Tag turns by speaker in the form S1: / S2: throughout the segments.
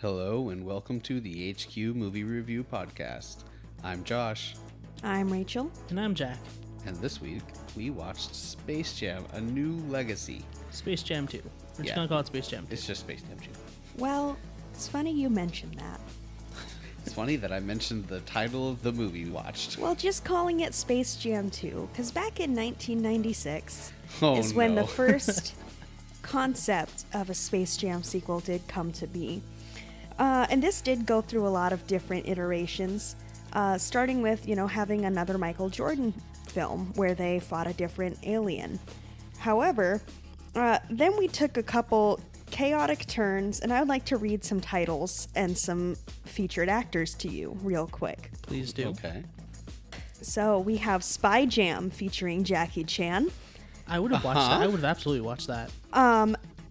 S1: Hello and welcome to the HQ Movie Review Podcast. I'm Josh,
S2: I'm Rachel.
S3: And I'm Jack.
S1: and this week we watched Space Jam: A New Legacy.
S3: Space Jam 2. We're just
S1: Yeah.
S3: gonna call it Space Jam 2.
S1: It's just Space Jam 2.
S2: Well, it's funny you mentioned that.
S1: It's funny that I mentioned the title of the movie we watched.
S2: Well, just calling it Space Jam 2, because back in 1996
S1: Oh,
S2: is when
S1: no.
S2: the first concept of a Space Jam sequel did come to be. Uh, and this did go through a lot of different iterations, uh, starting with, you know, having another Michael Jordan film where they fought a different alien. However, uh, then we took a couple chaotic turns, and I would like to read some titles and some featured actors to you real quick.
S3: Please do.
S1: Okay.
S2: So we have Spy Jam featuring Jackie Chan.
S3: I would have watched
S1: Uh-huh.
S3: that. I would have absolutely watched that.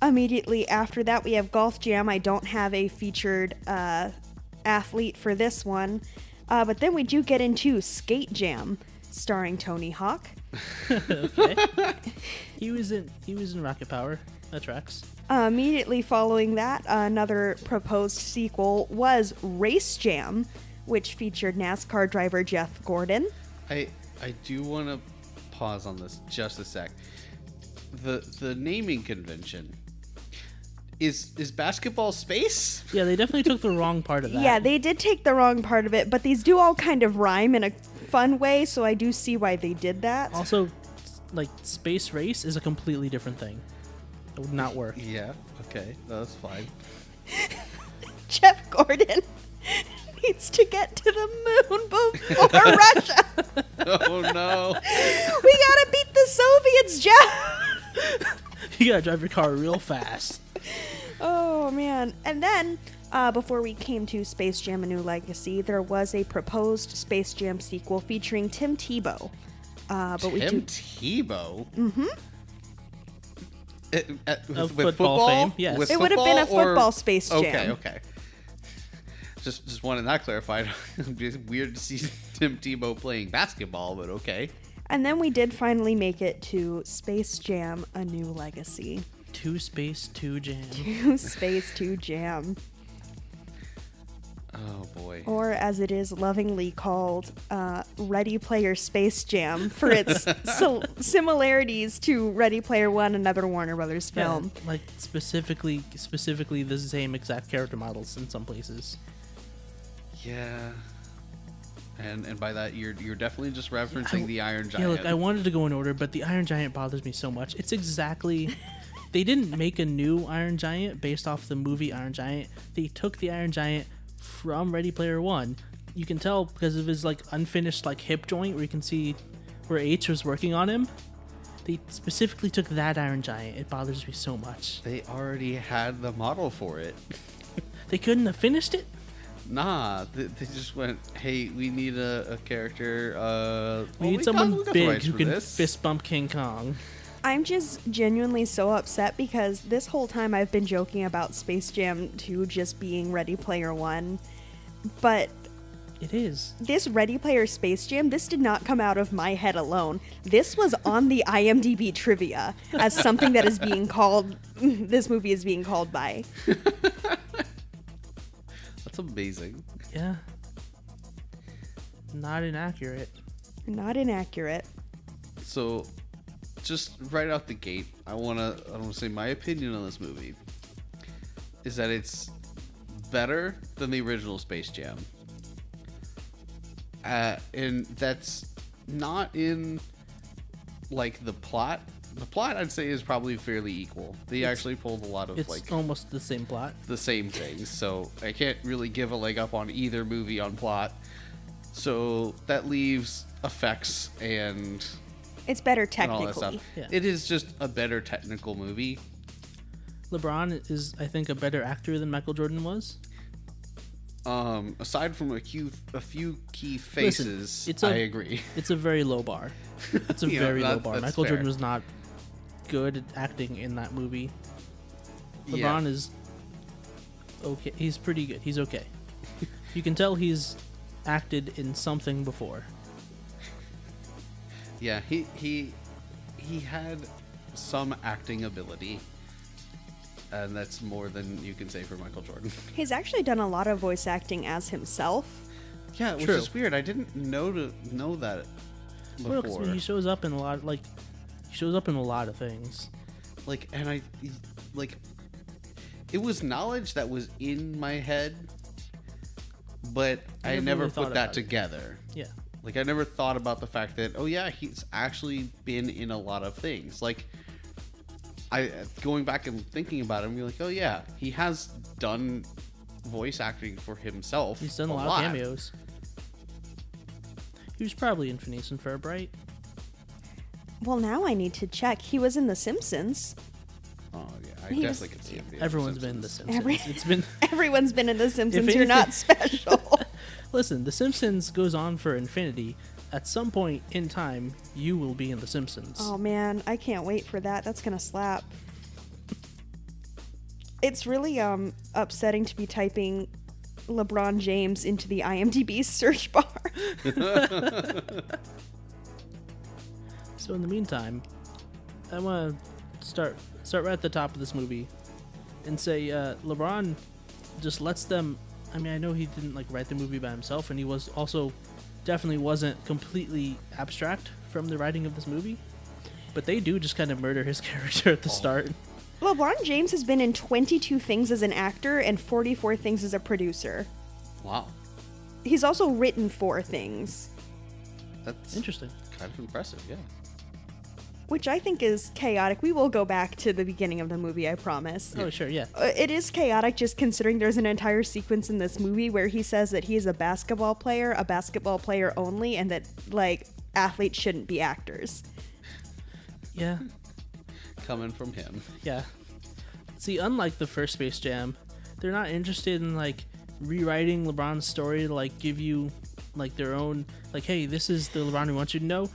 S2: Immediately after that, we have Golf Jam. I don't have a featured uh, athlete for this one. Uh, but then we do get into Skate Jam starring Tony Hawk.
S3: Okay. he was in he was in Rocket Power. That tracks.
S2: Uh, immediately following that, another proposed sequel was Race Jam, which featured NASCAR driver Jeff Gordon.
S1: I I do want to pause on this just a sec. The the naming convention is is basketball space.
S3: Yeah, they definitely took the wrong part of that.
S2: Yeah, they did take the wrong part of it, but these do all kind of rhyme in a fun way, so I do see why they did that.
S3: also like Space Race is a completely different thing. It would not work.
S1: Yeah. Okay. That's fine.
S2: Jeff Gordon needs to get to the moon before Russia.
S1: Oh no.
S2: We gotta beat the Soviets, Jeff.
S3: You gotta drive your car real fast.
S2: Oh man! And then, uh, before we came to Space Jam: A New Legacy, there was a proposed Space Jam sequel featuring Tim Tebow. Uh, but we
S1: Tim
S2: do
S1: Tebow. Mm-hmm. with,
S3: Of
S1: with
S3: football
S1: football
S3: fame, yes.
S1: With
S2: It would've been a
S1: football or-
S2: football Space
S1: Okay,
S2: Jam.
S1: okay. Just, just wanted that clarified. It's weird to see Tim Tebow playing basketball, but okay.
S2: and then we did finally make it to Space Jam: A New Legacy.
S3: Two space, two jam.
S2: Space Two Jam,
S1: Oh boy.
S2: or as it is lovingly called, uh, Ready Player Space Jam, for its sil- similarities to Ready Player One, another Warner Brothers
S3: Yeah,
S2: film.
S3: Like specifically specifically the same exact character models in some places.
S1: Yeah. And and by that you're you're definitely just referencing the Iron Giant.
S3: Yeah, look, I wanted to go in order, but the Iron Giant bothers me so much. It's exactly. they didn't make a new Iron Giant based off the movie Iron Giant. They took the Iron Giant from Ready Player One. You can tell because of his like unfinished like hip joint, where you can see where H was working on him. They specifically took that Iron Giant. It bothers me so much.
S1: they already had the model for it.
S3: They couldn't have finished it.
S1: Nah, they, they just went, "Hey, we need a, a character. Uh,
S3: We
S1: well,
S3: need
S1: got-
S3: someone
S1: we got the
S3: big
S1: rights
S3: who
S1: for
S3: can
S1: this.
S3: fist bump King Kong.
S2: I'm just genuinely so upset because this whole time I've been joking about Space Jam 2 just being Ready Player 1. But
S3: It is.
S2: this Ready Player Space Jam, this did not come out of my head alone. This was on the IMDb trivia as something that is being called, this movie is being called by.
S1: That's amazing.
S3: Yeah. Not inaccurate.
S2: Not inaccurate.
S1: So, just right out the gate, I wanna I wanna say my opinion on this movie is that it's better than the original Space Jam, uh, and that's not in like the plot. The plot I'd say is probably fairly equal. They actually pulled a lot of
S3: It's
S1: like
S3: almost the same plot.
S1: the same things, so I can't really give a leg up on either movie on plot. So that leaves effects and
S2: It's better
S1: and all that
S2: technically.
S1: stuff.
S3: Yeah.
S1: It is just a better technical movie.
S3: LeBron is, I think, a better actor than Michael Jordan was.
S1: Um, aside from a few a few key faces,
S3: it's
S1: I
S3: a-
S1: agree.
S3: It's a very low bar. It's a
S1: Yeah,
S3: very low
S1: that-
S3: bar.
S1: that's
S3: Michael
S1: fair.
S3: Jordan was not good at acting in that movie. LeBron
S1: Yeah.
S3: is okay. He's pretty good. He's okay. you can tell he's acted in something before.
S1: Yeah, he he he had some acting ability. and that's more than you can say for Michael Jordan.
S2: He's actually done a lot of voice acting as himself.
S1: yeah, which
S3: True.
S1: is weird. I didn't know to know that
S3: Well,
S1: before.
S3: 'cause, I mean, he shows up in a lot, like he shows up in a lot of things.
S1: like, and I like it was knowledge that was in my head, but I,
S3: never
S1: never
S3: really
S1: put
S3: thought
S1: that
S3: about it.
S1: together.
S3: Yeah,
S1: Like I never thought about the fact that oh yeah, he's actually been in a lot of things. Like I going back and thinking about him, you're like, oh yeah, he has done voice acting for himself.
S3: he's done a, lot, of cameos. He was probably in Phineas and Ferbright.
S2: Well, now I need to check. He was in The Simpsons.
S1: Oh yeah, I
S2: He
S1: definitely
S2: was-
S1: could see him. being
S3: Everyone's
S1: Simpsons.
S3: been The Simpsons.
S2: Every-
S3: It's been
S2: Everyone's been in The Simpsons. You're
S3: anything-
S2: not special.
S3: listen. The Simpsons goes on for infinity. At some point in time, you will be in The Simpsons.
S2: Oh man, I can't wait for that. That's gonna slap. It's really um upsetting to be typing LeBron James into the IMDb search bar.
S3: So in the meantime, I want to start start right at the top of this movie, and say uh, LeBron just lets them. I mean, I know he didn't like write the movie by himself, and he was also definitely wasn't completely abstract from the writing of this movie. But they do just kind of murder his character at the start.
S2: LeBron James has been in 22 things as an actor and 44 things as a producer.
S1: Wow,
S2: He's also written four things,
S1: that's
S3: Interesting.
S1: kind of impressive. Yeah,
S2: which I think is chaotic. We will go back to the beginning of the movie, I promise.
S3: Oh sure, yeah.
S2: Uh, It is chaotic just considering there's an entire sequence in this movie where he says that he is a basketball player, a basketball player only, and that, like, athletes shouldn't be actors.
S3: Yeah,
S1: coming from him.
S3: yeah. See, unlike the first Space Jam, they're not interested in like rewriting LeBron's story to like give you like their own like, hey, this is the LeBron we want you to know.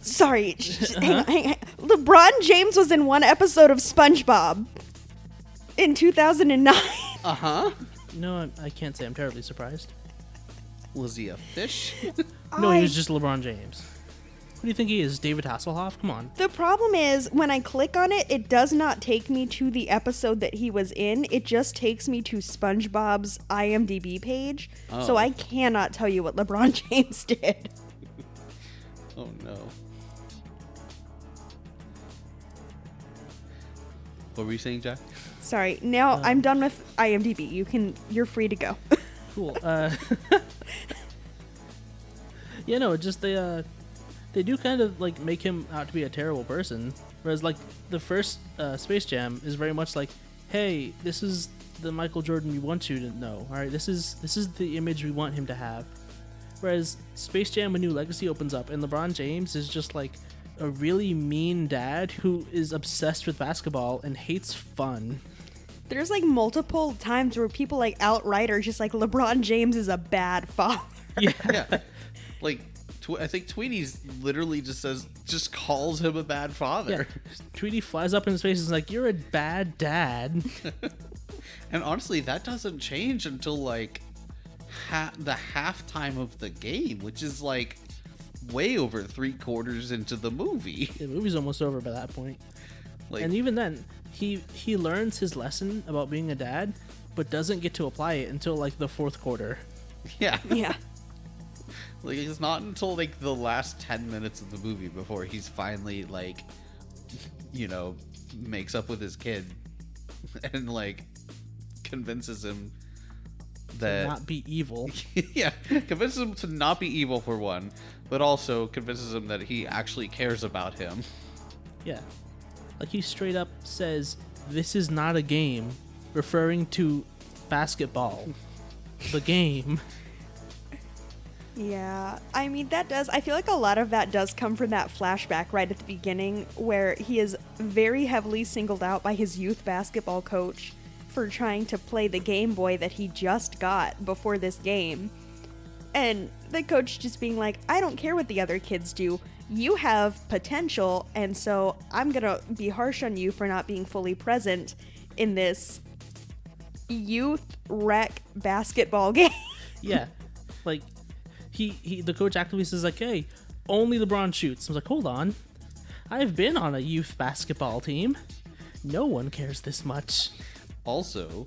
S2: Sorry, sh- sh- hang on, hang on. LeBron James was in one episode of SpongeBob in 2009.
S1: Uh huh.
S3: No, I'm- I can't say I'm terribly surprised.
S1: Was he a fish?
S3: No, he
S2: I-
S3: was just LeBron James. Who do you think he is? David Hasselhoff? Come on.
S2: The problem is when I click on it, it does not take me to the episode that he was in. It just takes me to SpongeBob's IMDb page. So
S1: Oh.
S2: I cannot tell you what LeBron James did.
S1: oh no. What were you saying, Jack?
S2: Sorry. Now I'm done with IMDb. You can you're free to go.
S3: Cool. Uh, yeah, no, just they uh, they do kind of like make him out to be a terrible person, whereas like the first uh, Space Jam is very much like, hey, this is the Michael Jordan we want you to know. All right, this is this is the image we want him to have. Whereas Space Jam: A New Legacy opens up, and LeBron James is just like a really mean dad who is obsessed with basketball and hates fun.
S2: There's like multiple times where people like outright are just like LeBron James is a bad father.
S1: yeah. Like, tw- I think Tweety's literally just says, just calls him a bad
S3: Yeah,
S1: father.
S3: Tweety flies up in his face and is like, "You're a bad dad."
S1: And honestly, that doesn't change until like ha- the halftime of the game, which is like way over three quarters into the movie.
S3: the movie's almost over by that point.
S1: Like,
S3: And even then, he he learns his lesson about being a dad, but doesn't get to apply it until like the fourth quarter.
S1: yeah.
S2: yeah.
S1: Like, it's not until like the last 10 minutes of the movie before he's finally like, you know, makes up with his kid and like convinces him that.
S3: Not be evil.
S1: yeah, convinces him to not be evil for one, but also convinces him that he actually cares about him.
S3: Yeah, like he straight up says, "This is not a game," referring to basketball, the game.
S2: Yeah, I mean, that does. I feel like a lot of that does come from that flashback right at the beginning where he is very heavily singled out by his youth basketball coach for trying to play the Game Boy that he just got before this game. And the coach just being like, I don't care what the other kids do. You have potential, and so I'm going to be harsh on you for not being fully present in this youth rec basketball game.
S3: Yeah, like he he the coach actively says like, "Hey, only LeBron shoots." I was like, "Hold on, I've been on a youth basketball team. No one cares this much.
S1: also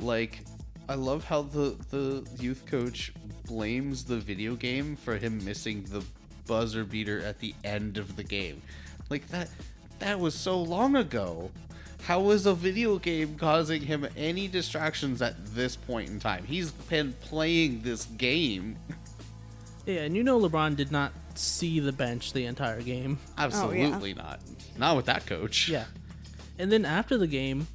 S1: like i love how the the youth coach blames the video game for him missing the buzzer beater at the end of the game like that that was so long ago how was a video game causing him any distractions at this point in time he's been playing this game
S3: Yeah, and you know LeBron did not see the bench the entire game.
S1: absolutely not not with that coach
S3: Yeah. And then after the game,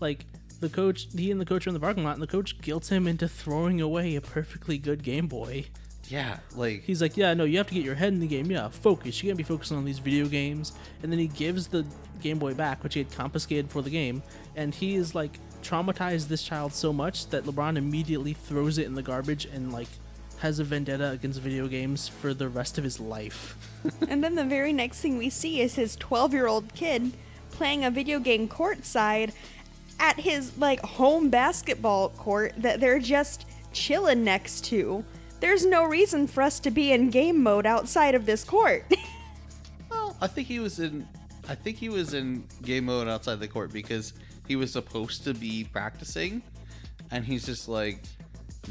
S3: like the coach, he and the coach are in the parking lot, and the coach guilts him into throwing away a perfectly good Game Boy.
S1: yeah like
S3: He's like, "Yeah, no, you have to get your head in the game. Yeah, focus. You can't be focusing on these video games." And then he gives the Game Boy back, which he had confiscated for the game, and he is like traumatized this child so much that LeBron immediately throws it in the garbage and like has a vendetta against video games for the rest of his life.
S2: And then the very next thing we see is his 12 year old kid playing a video game courtside at his like home basketball court that they're just chilling next to. There's no reason for us to be in game mode outside of this court.
S1: Well, I think he was in. I think he was in game mode outside the court because he was supposed to be practicing, and he's just like,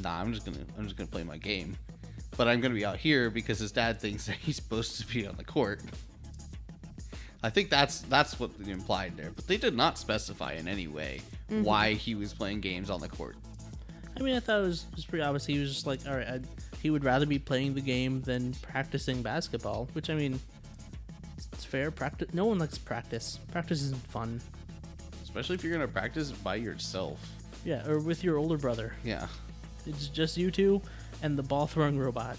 S1: "Nah, I'm just gonna, I'm just gonna play my game." But I'm gonna be out here because his dad thinks that he's supposed to be on the court. I think that's that's what they implied there, but they did not specify in any way why he was playing games on the court.
S3: I mean, I thought it was, it was pretty obvious. He was just like, all right, I, he would rather be playing the game than practicing basketball, which I mean, it's, it's fair. Practice. No one likes practice. Practice isn't fun.
S1: Especially if you're gonna practice by yourself.
S3: Yeah, or with your older brother.
S1: Yeah.
S3: It's just you two and the ball throwing robot.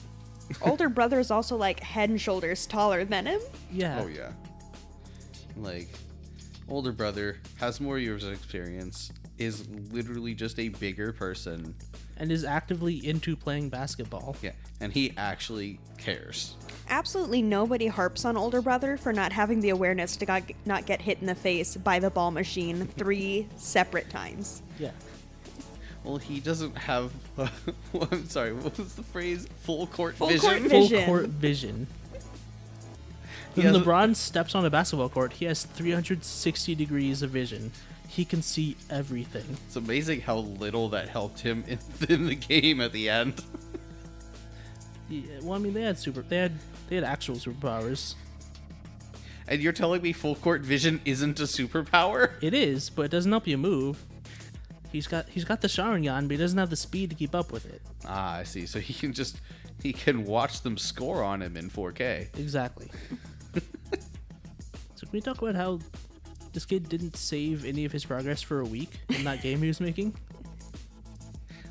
S2: Older brother is also like head and shoulders taller than him.
S3: Yeah.
S1: Oh yeah. Like older brother has more years of experience is literally just a bigger person.
S3: And is actively into playing basketball.
S1: Yeah, and he actually cares.
S2: Absolutely nobody harps on older brother for not having the awareness to got, not get hit in the face by the ball machine three separate times.
S3: Yeah.
S1: Well, he doesn't have I'm sorry, what was the phrase? Full court
S2: Full
S1: vision.
S2: court vi-
S3: Full
S2: Vision.
S3: court vision.
S1: He
S3: When
S1: has-
S3: LeBron steps on a basketball court, he has 360 degrees of vision. He can see everything.
S1: It's amazing how little that helped him in, in the game at the end.
S3: Yeah, well, I mean, they had super. They had they had actual superpowers.
S1: And you're telling me full court vision isn't a superpower?
S3: It is, but it doesn't help you move. He's got he's got the Sharingan, but he doesn't have the speed to keep up with it.
S1: Ah, I see. So he can just he can watch them score on him in 4K.
S3: Exactly. so can we talk about how this kid didn't save any of his progress for a week in that game he was making?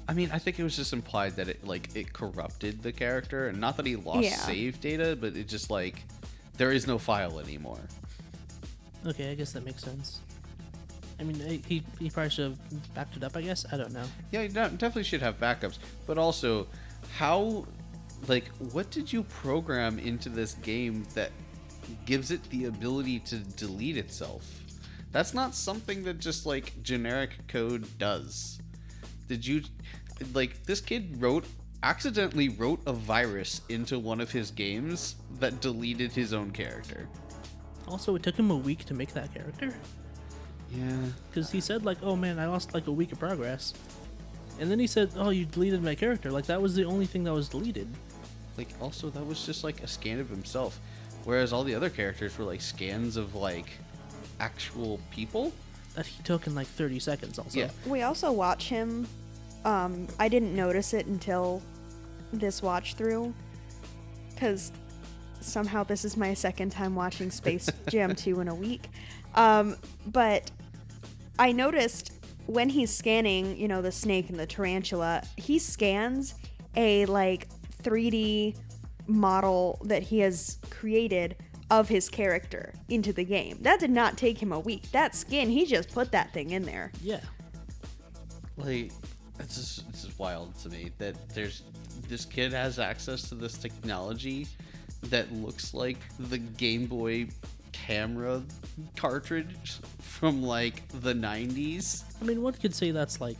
S1: I mean, I think it was just implied that it like it corrupted the character, and not that he lost
S2: Yeah.
S1: save data, but it just like there is no file anymore.
S3: Okay, I guess that makes sense. I mean, I- he he probably should have backed it up. I guess I don't know.
S1: Yeah, you don't- definitely should have backups, but also how like what did you program into this game that gives it the ability to delete itself? That's not something that just like generic code does. Did you like this kid wrote accidentally wrote a virus into one of his games that deleted his own character?
S3: Also, it took him a week to make that character
S1: Yeah.
S3: because he said like, "Oh man, I lost like a week of progress," and then he said, "Oh, you deleted my character." Like that was the only thing that was deleted.
S1: Like also that was just like a scan of himself. Whereas all the other characters were like scans of like actual people.
S3: that he took in like 30 seconds also
S1: Yeah.
S2: We also watch him. Um, I didn't notice it until this watch through, because somehow this is my second time watching Space Jam 2 in a week. Um, but I noticed when he's scanning, you know, the snake and the tarantula, he scans a like 3D model that he has created of his character into the game. That did not take him a week. That skin, he just put that thing in there.
S3: yeah
S1: Like it's just it's just wild to me that there's this kid has access to this technology that looks like the Game Boy camera cartridge from like the 90s.
S3: i mean one could say that's like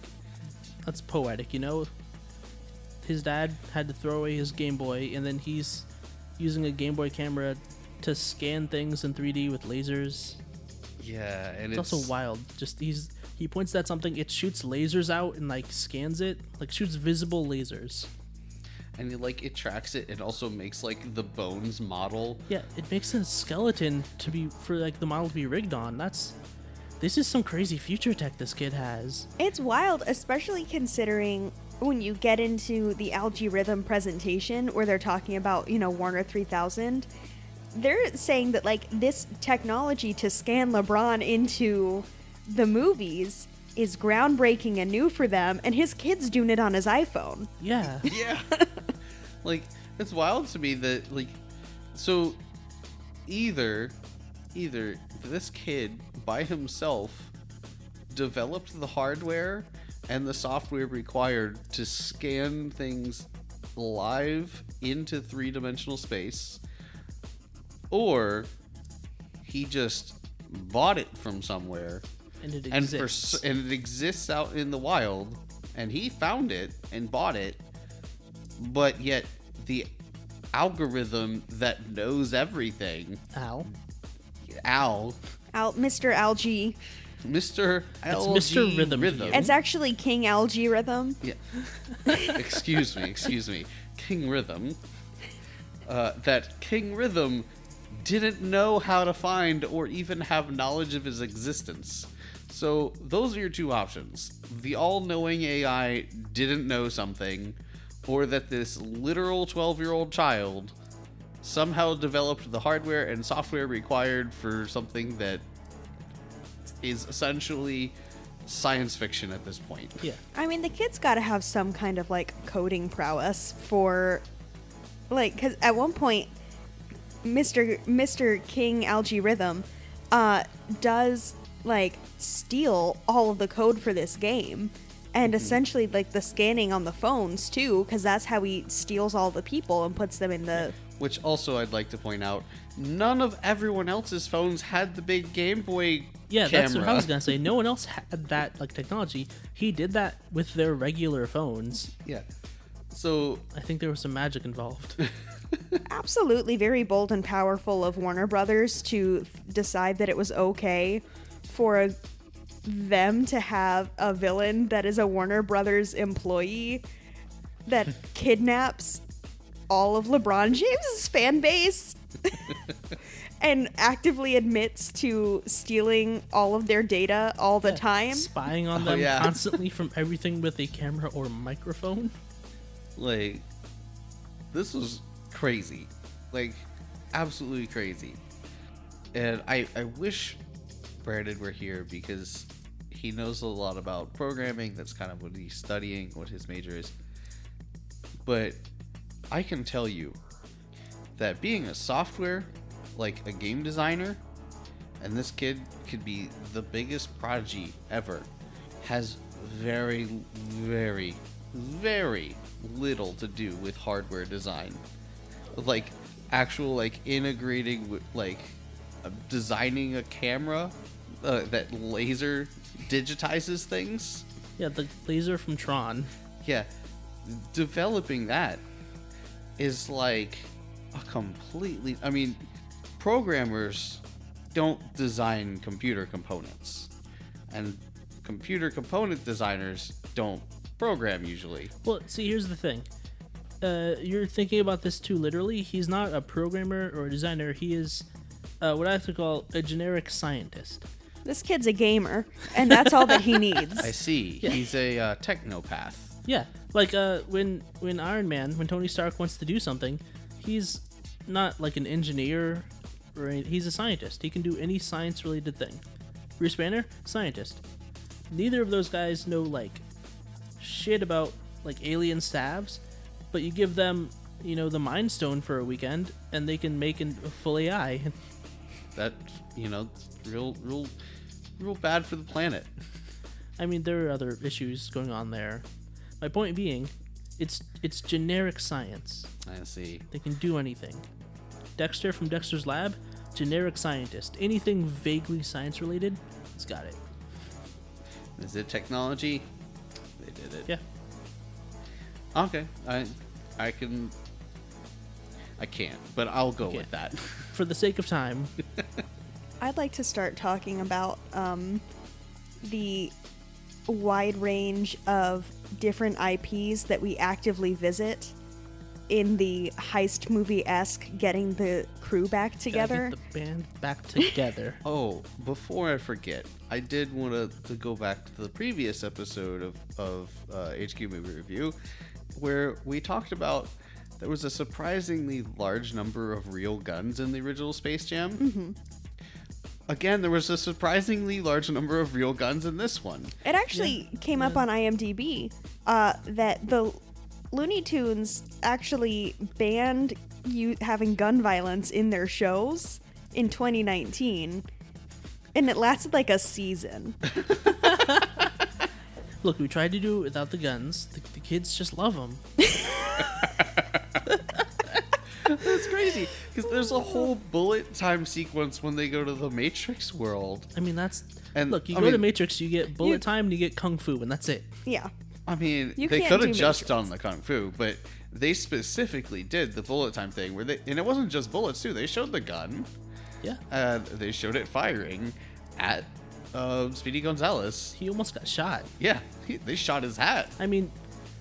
S3: that's poetic you know his dad had to throw away his game boy and then he's using a game boy camera to scan things in 3d with lasers
S1: Yeah, and
S3: It's,
S1: it's,
S3: also wild. Just he's he points at something, it shoots lasers out and like scans it, like shoots visible lasers.
S1: and it, like it tracks it and also makes like the bones model.
S3: Yeah, it makes a skeleton to be for like the model to be rigged on. That's this is some crazy future tech this kid has.
S2: It's wild, especially considering when you get into the algorithm presentation where they're talking about, you know, Warner 3000. They're saying that, like, this technology to scan LeBron into the movies is groundbreaking and new for them, and his kid's doing it on his iPhone.
S3: Yeah.
S1: Yeah. like it's wild to me that like so either either this kid by himself developed the hardware and the software required to scan things live into three-dimensional space or he just bought it from somewhere
S3: And it
S1: and
S3: exists.
S1: for s- and it exists out in the wild and he found it and bought it but yet the algorithm that knows everything
S3: Ow.
S1: al
S2: Al- Mr. Algae.
S1: mr LG
S3: Mr. Rhythm to you.
S1: Hmm?
S2: It's actually King Algae Rhythm.
S1: yeah. excuse me excuse me king rhythm uh, that king rhythm didn't know how to find or even have knowledge of his existence so those are your two options the all-knowing ai didn't know something or that this literal 12-year-old child somehow developed the hardware and software required for something that is essentially science fiction at this point
S3: Yeah.
S2: I mean, the kid's got to have some kind of like coding prowess for, like, because at one point, Mister Mister King Algae Rhythm, uh, does like steal all of the code for this game, and essentially like the scanning on the phones too, because that's how he steals all the people and puts them in the.
S1: Which also I'd like to point out, none of everyone else's phones had the big Game Boy
S3: Yeah,
S1: camera.
S3: that's what I was gonna say. No one else had that like technology. He did that with their regular phones.
S1: Yeah. So
S3: I think there was some magic involved.
S2: Absolutely, very bold and powerful of Warner Brothers to decide that it was okay for a them to have a villain that is a Warner Brothers employee that kidnaps all of LeBron James's fan base and actively admits to stealing all of their data all the time.
S3: Spying on them
S1: Oh, yeah.
S3: constantly from everything with a camera or microphone.
S1: like this was crazy. Like absolutely crazy. And I I wish Brandon were here because he knows a lot about programming. That's kind of what he's studying, what his major is. But I can tell you that being a software, like a game designer, and this kid could be the biggest prodigy ever, has very, very, very little to do with hardware design. Like, actual, like, integrating, wi- like, uh, designing a camera uh, that laser digitizes things.
S3: Yeah, the laser from Tron.
S1: Yeah, developing that is like a completely. I mean, programmers don't design computer components, and computer component designers don't program usually.
S3: Well, see, here's the thing. Uh, you're thinking about this too literally. He's not a programmer or a designer. He is uh, what I like to call a generic scientist.
S2: This kid's a gamer, and that's all that he needs.
S1: I see. He's a uh, technopath.
S3: Yeah, like uh, when when Iron Man, when Tony Stark wants to do something, he's not like an engineer or any, he's a scientist. He can do any science related thing. Bruce Banner, scientist. Neither of those guys know like shit about like alien salves, but you give them you know the Mind Stone for a weekend, and they can make an, a full AI.
S1: That you know, it's real, real, real bad for the planet.
S3: I mean, there are other issues going on there. My point being, it's it's generic science.
S1: I see.
S3: They can do anything. Dexter from Dexter's Lab, generic scientist. Anything vaguely science related, he's got it.
S1: Is it technology? They did it.
S3: Yeah.
S1: Okay, I, I can, I can't, but I'll go
S3: Okay.
S1: with that.
S3: For the sake of time,
S2: I'd like to start talking about um, the wide range of different IPs that we actively visit in the heist movie esque getting the crew back
S3: Gotta
S2: together.
S3: Get the band back together.
S1: Oh, before I forget, I did want to, to go back to the previous episode of, of uh, HQ Movie Review where we talked about there was a surprisingly large number of real guns in the original Space Jam. Mm-hmm. Again, there was a surprisingly large number of real guns in this one.
S2: It actually came up on IMDb uh, that the Looney Tunes actually banned you having gun violence in their shows in 2019, and it lasted like a season.
S3: Look, we tried to do it without the guns. The, the kids just love them.
S1: It's crazy because there's a whole bullet time sequence when they go to the Matrix world.
S3: I mean, that's.
S1: And,
S3: look, you
S1: I
S3: go to
S1: mean-
S3: Matrix, you get bullet
S2: You-
S3: time, and you get kung fu, and that's it.
S2: yeah,
S1: I mean,
S2: You
S1: they
S2: can't
S1: could have
S2: do
S1: just done the kung fu, but they specifically did the bullet time thing where they, and it wasn't just bullets too. They showed the gun,
S3: Yeah.
S1: uh, they showed it firing at uh, Speedy Gonzalez.
S3: He almost got shot.
S1: Yeah, he, they shot his hat.
S3: I mean,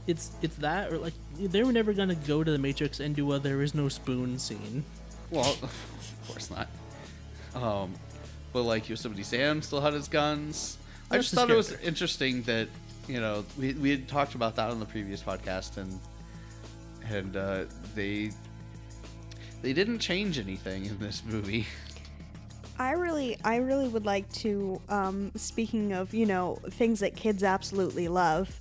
S3: it's it's that or like they were never gonna go to the Matrix and do a there is no spoon scene.
S1: Well, of course not. Um, but like Yosemite Sam still had his guns. I
S3: That's
S1: just
S3: his
S1: thought it was
S3: character.
S1: interesting that you know we we had talked about that on the previous podcast and and uh, they they didn't change anything in this movie.
S2: I really, I really would like to. Um, speaking of, you know, things that kids absolutely love,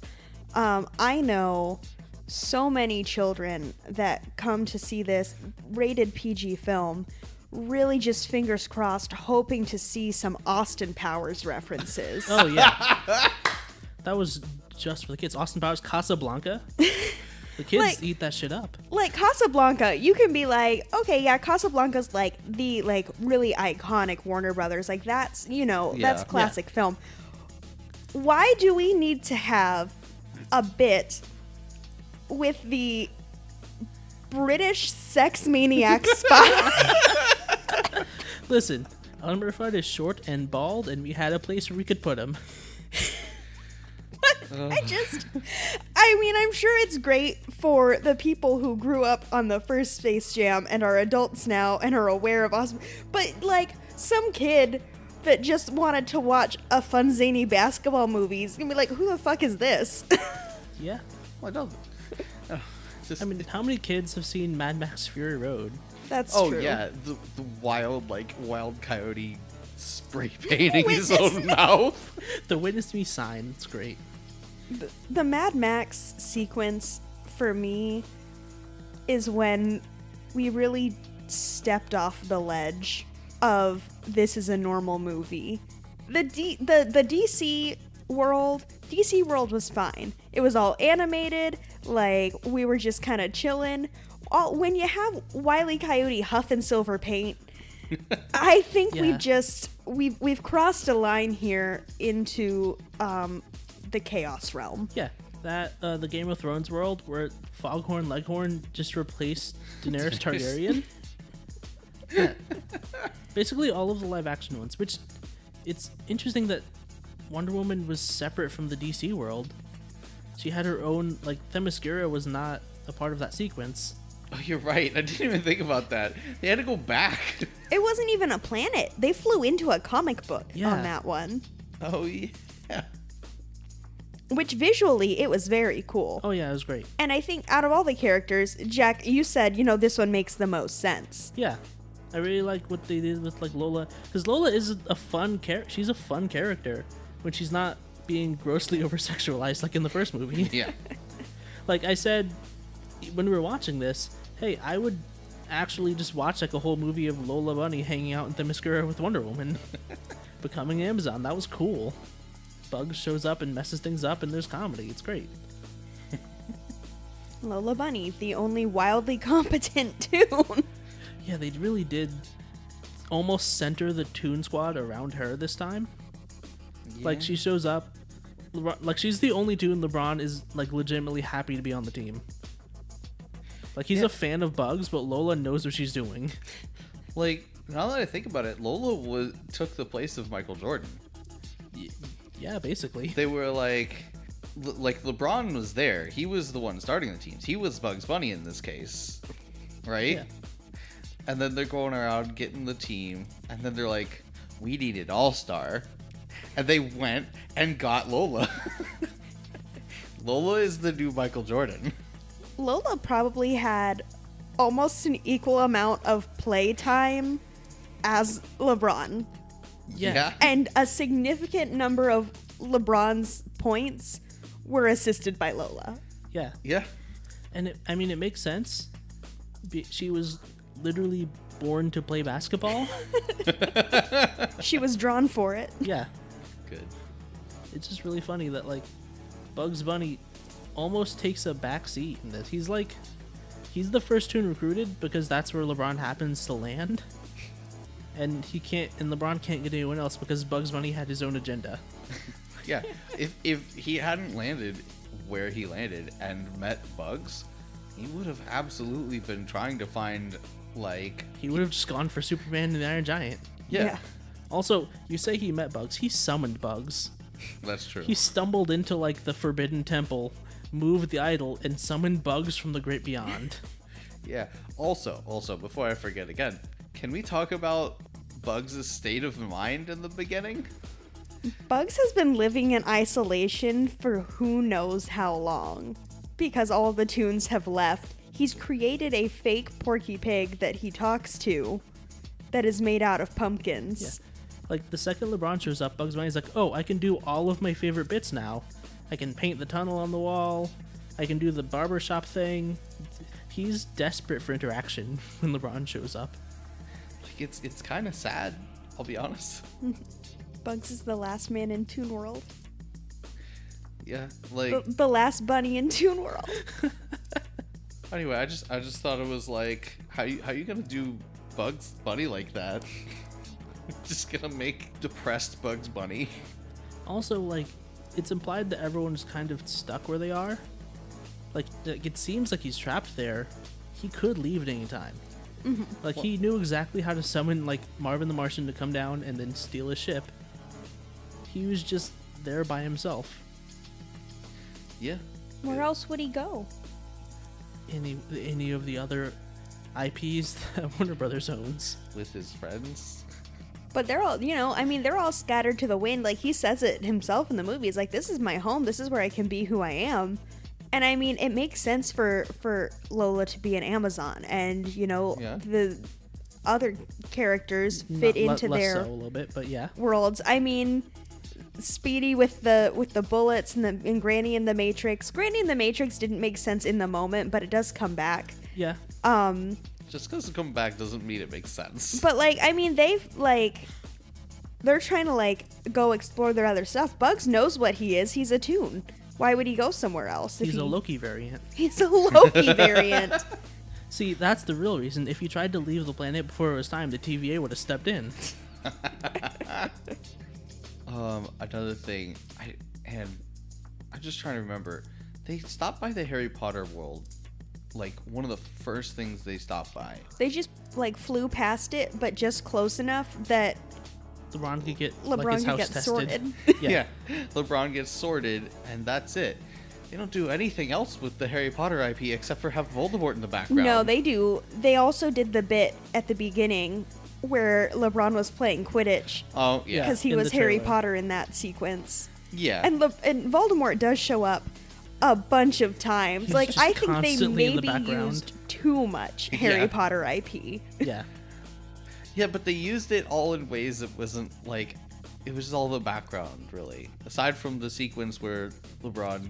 S2: um, I know so many children that come to see this rated PG film, really just fingers crossed, hoping to see some Austin Powers references.
S3: Oh yeah, that was just for the kids. Austin Powers, Casablanca. The kids
S2: Like-
S3: eat that shit up.
S2: like Casablanca, you can be like, okay, yeah, Casablanca's like the like really iconic Warner Brothers. Like that's you know
S1: Yeah.
S2: that's classic film. Why do we need to have a bit with the British sex maniac spy?
S3: Listen, Elmer Fudd is short and bald, and we had a place where we could put him.
S1: Uh.
S2: I just, I mean, I'm sure it's great for the people who grew up on the first Space Jam and are adults now and are aware of awesome, but like some kid that just wanted to watch a fun zany basketball movie is gonna be like, who the fuck is this?
S3: Yeah.
S1: Well, no. Oh, just,
S3: I mean, how many kids have seen Mad Max Fury Road?
S2: That's
S1: oh
S2: true.
S1: yeah, the, the wild like wild coyote spray painting his
S2: Witness.
S1: own mouth.
S3: The Witness to Me sign. It's great.
S2: The, the Mad Max sequence for me is when we really stepped off the ledge of this is a normal movie. The D, the the DC world, DC world was fine. It was all animated, like we were just kind of chilling. All when you have Wiley Coyote huffing silver paint, I think we
S3: Yeah.
S2: just we've we've crossed a line here into um, the chaos realm.
S3: Yeah, that uh, the Game of Thrones world where Foghorn Leghorn just replaced Daenerys Targaryen. Yeah. Basically, all of the live action ones, which it's interesting that Wonder Woman was separate from the DC world. She had her own like Themyscira was not a part of that sequence.
S1: Oh, you're right. I didn't even think about that. They had to go back.
S2: It wasn't even a planet. They flew into a comic book
S3: Yeah.
S2: on that one,
S1: Oh yeah.
S2: which visually it was very cool.
S3: Oh yeah, it was great.
S2: And I think out of all the characters, Jack, you said, you know, this one makes the most sense.
S3: Yeah, I really like what they did with like Lola because Lola is a fun character. She's a fun character when she's not being grossly over sexualized like in the first movie.
S1: Yeah.
S3: like I said when we were watching this, hey, I would actually just watch like a whole movie of Lola Bunny hanging out in Themyscira with Wonder Woman, becoming Amazon. That was cool. Bugs shows up and messes things up, and there's comedy. It's great.
S2: Lola Bunny, the only wildly competent tune.
S3: Yeah, they really did almost center the Toon Squad around her this time. Like she shows up, LeBron, like she's the only Toon LeBron is like legitimately happy to be on the team. Like he's a fan of Bugs, but Lola knows what she's doing.
S1: like Now that I think about it, Lola was took the place of Michael Jordan.
S3: Y- Yeah, basically.
S1: They were like, Le- like LeBron was there. He was the one starting the teams. He was Bugs Bunny in this case, right?
S3: Yeah.
S1: And then they're going around getting the team, and then they're like, "We need an All Star," and they went and got Lola. Lola is the new Michael Jordan.
S2: Lola probably had almost an equal amount of play time as LeBron,
S3: yeah.
S2: and a significant number of LeBron's points were assisted by Lola.
S3: Yeah.
S1: Yeah.
S3: And it, I mean, it makes sense. Be- She was literally born to play basketball.
S2: She was drawn for it.
S3: yeah.
S1: Good.
S3: It's just really funny that, like, Bugs Bunny almost takes a back seat in this. He's like, he's the first tune recruited because that's where LeBron happens to land. And he can't, and LeBron can't get anyone else because Bugs Bunny had his own agenda.
S1: Yeah. if if he hadn't landed where he landed and met Bugs, he would have absolutely been trying to find like
S3: He would have just gone for Superman and the Iron Giant.
S1: yeah,
S3: Also, you say he met Bugs. He summoned Bugs.
S1: that's true.
S3: He stumbled into like the Forbidden Temple, moved the idol, and summoned Bugs from the Great Beyond.
S1: Yeah. Also, also before I forget again, can we talk about Bugs' state of mind in the beginning?
S2: Bugs has been living in isolation for who knows how long. Because all the tunes have left, he's created a fake porky pig that he talks to that is made out of pumpkins.
S3: like the second LeBron shows up, Bugs Bunny's like, "Oh, I can do all of my favorite bits now. I can paint the tunnel on the wall. I can do the barbershop thing." He's desperate for interaction when LeBron shows up.
S1: Like it's it's kind of sad. I'll be honest.
S2: Bugs is the last man in Toon World.
S1: Yeah. Like
S2: The, the last bunny in Toon World.
S1: anyway, I just I just thought it was like how you, how you gonna do Bugs Bunny like that? just gonna make depressed Bugs Bunny.
S3: Also, like, it's implied that everyone's kind of stuck where they are. Like, like it seems like he's trapped there. He could leave at any time.
S2: Mm-hmm.
S3: Like, he knew exactly how to summon, like, Marvin the Martian to come down and then steal his ship. He was just there by himself.
S1: Yeah.
S2: Where else would he go?
S3: Any any of the other IPs that Warner Brothers owns.
S1: With his friends.
S2: But they're all, you know, I mean, they're all scattered to the wind. Like he says it himself in the movie. He's like, "This is my home. This is where I can be who I am." And I mean, it makes sense for for Lola to be an Amazon, and you know,
S1: Yeah.
S2: the other characters
S3: Not
S2: fit
S3: le-
S2: into
S3: less
S2: their
S3: so a little bit, but yeah.
S2: worlds. I mean, Speedy with the with the bullets and the and Granny in the Matrix. Granny in the Matrix didn't make sense in the moment, but it does come back.
S3: Yeah.
S2: Um,
S1: Just because come back doesn't mean it makes sense.
S2: But like, I mean, they've like, they're trying to like go explore their other stuff. Bugs knows what he is. He's a tune. Why would he go somewhere else? if
S3: He's
S2: he,
S3: a Loki variant.
S2: He's a Loki variant.
S3: See, that's the real reason. If he tried to leave the planet before it was time, the TVA would have stepped in.
S1: Um, another thing, I and I'm just trying to remember. They stopped by the Harry Potter world, like one of the first things they stopped by.
S2: They just like flew past it, but just close enough that
S3: LeBron could get
S2: LeBron
S3: like his
S2: could
S3: house
S2: get
S3: tested.
S2: sorted.
S3: Yeah.
S1: LeBron gets sorted, and that's it. They don't do anything else with the Harry Potter IP except for have Voldemort in the background.
S2: No, they do. They also did the bit at the beginning where LeBron was playing Quidditch
S1: Oh yeah,
S2: because he
S3: in
S2: was
S3: the
S2: Harry
S3: trailer.
S2: Potter in that sequence.
S1: yeah.
S2: and Le- and Voldemort does show up a bunch of times.
S3: He's
S2: like
S3: just
S2: I think they
S3: constantly in the
S2: maybe
S3: background.
S2: used too much Harry
S1: Yeah.
S2: Potter IP.
S3: yeah.
S1: Yeah, but they used it all in ways that wasn't like it was all the background really. Aside from the sequence where LeBron,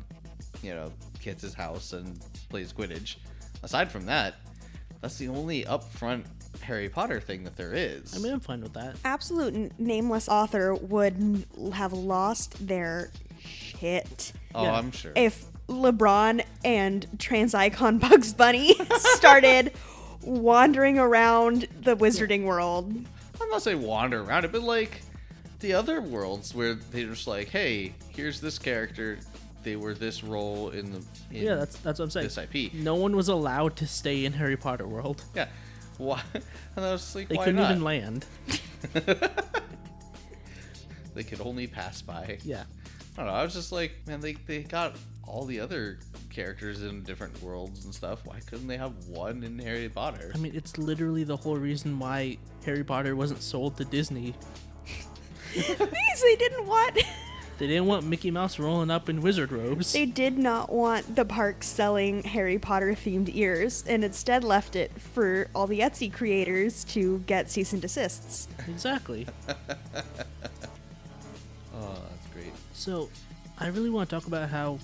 S1: you know, gets his house and plays Quidditch. Aside from that, that's the only upfront Harry Potter thing that there is.
S3: I mean, I'm fine with that.
S2: Absolute n- nameless author would n- have lost their shit
S1: oh,
S3: yeah.
S1: I'm sure.
S2: if LeBron and trans icon Bugs Bunny started wandering around the wizarding world.
S1: I'm not saying wander around it, but like the other worlds where they're just like, hey, here's this character. They were this role in the in
S3: Yeah, that's that's what I'm saying.
S1: this IP.
S3: No one was allowed to stay in Harry Potter world.
S1: Yeah. Why? And I was like,
S3: They
S1: why
S3: couldn't
S1: not?
S3: even land.
S1: they could only pass by.
S3: Yeah.
S1: I don't know. I was just like, man, they, they got all the other characters in different worlds and stuff. Why couldn't they have one in Harry Potter?
S3: I mean, it's literally the whole reason why Harry Potter wasn't sold to Disney.
S2: Because they didn't want.
S3: They didn't want Mickey Mouse rolling up in wizard robes.
S2: They did not want the park selling Harry Potter themed ears and instead left it for all the Etsy creators to get cease and desists.
S3: Exactly.
S1: Oh, that's great.
S3: So, I really want to talk about how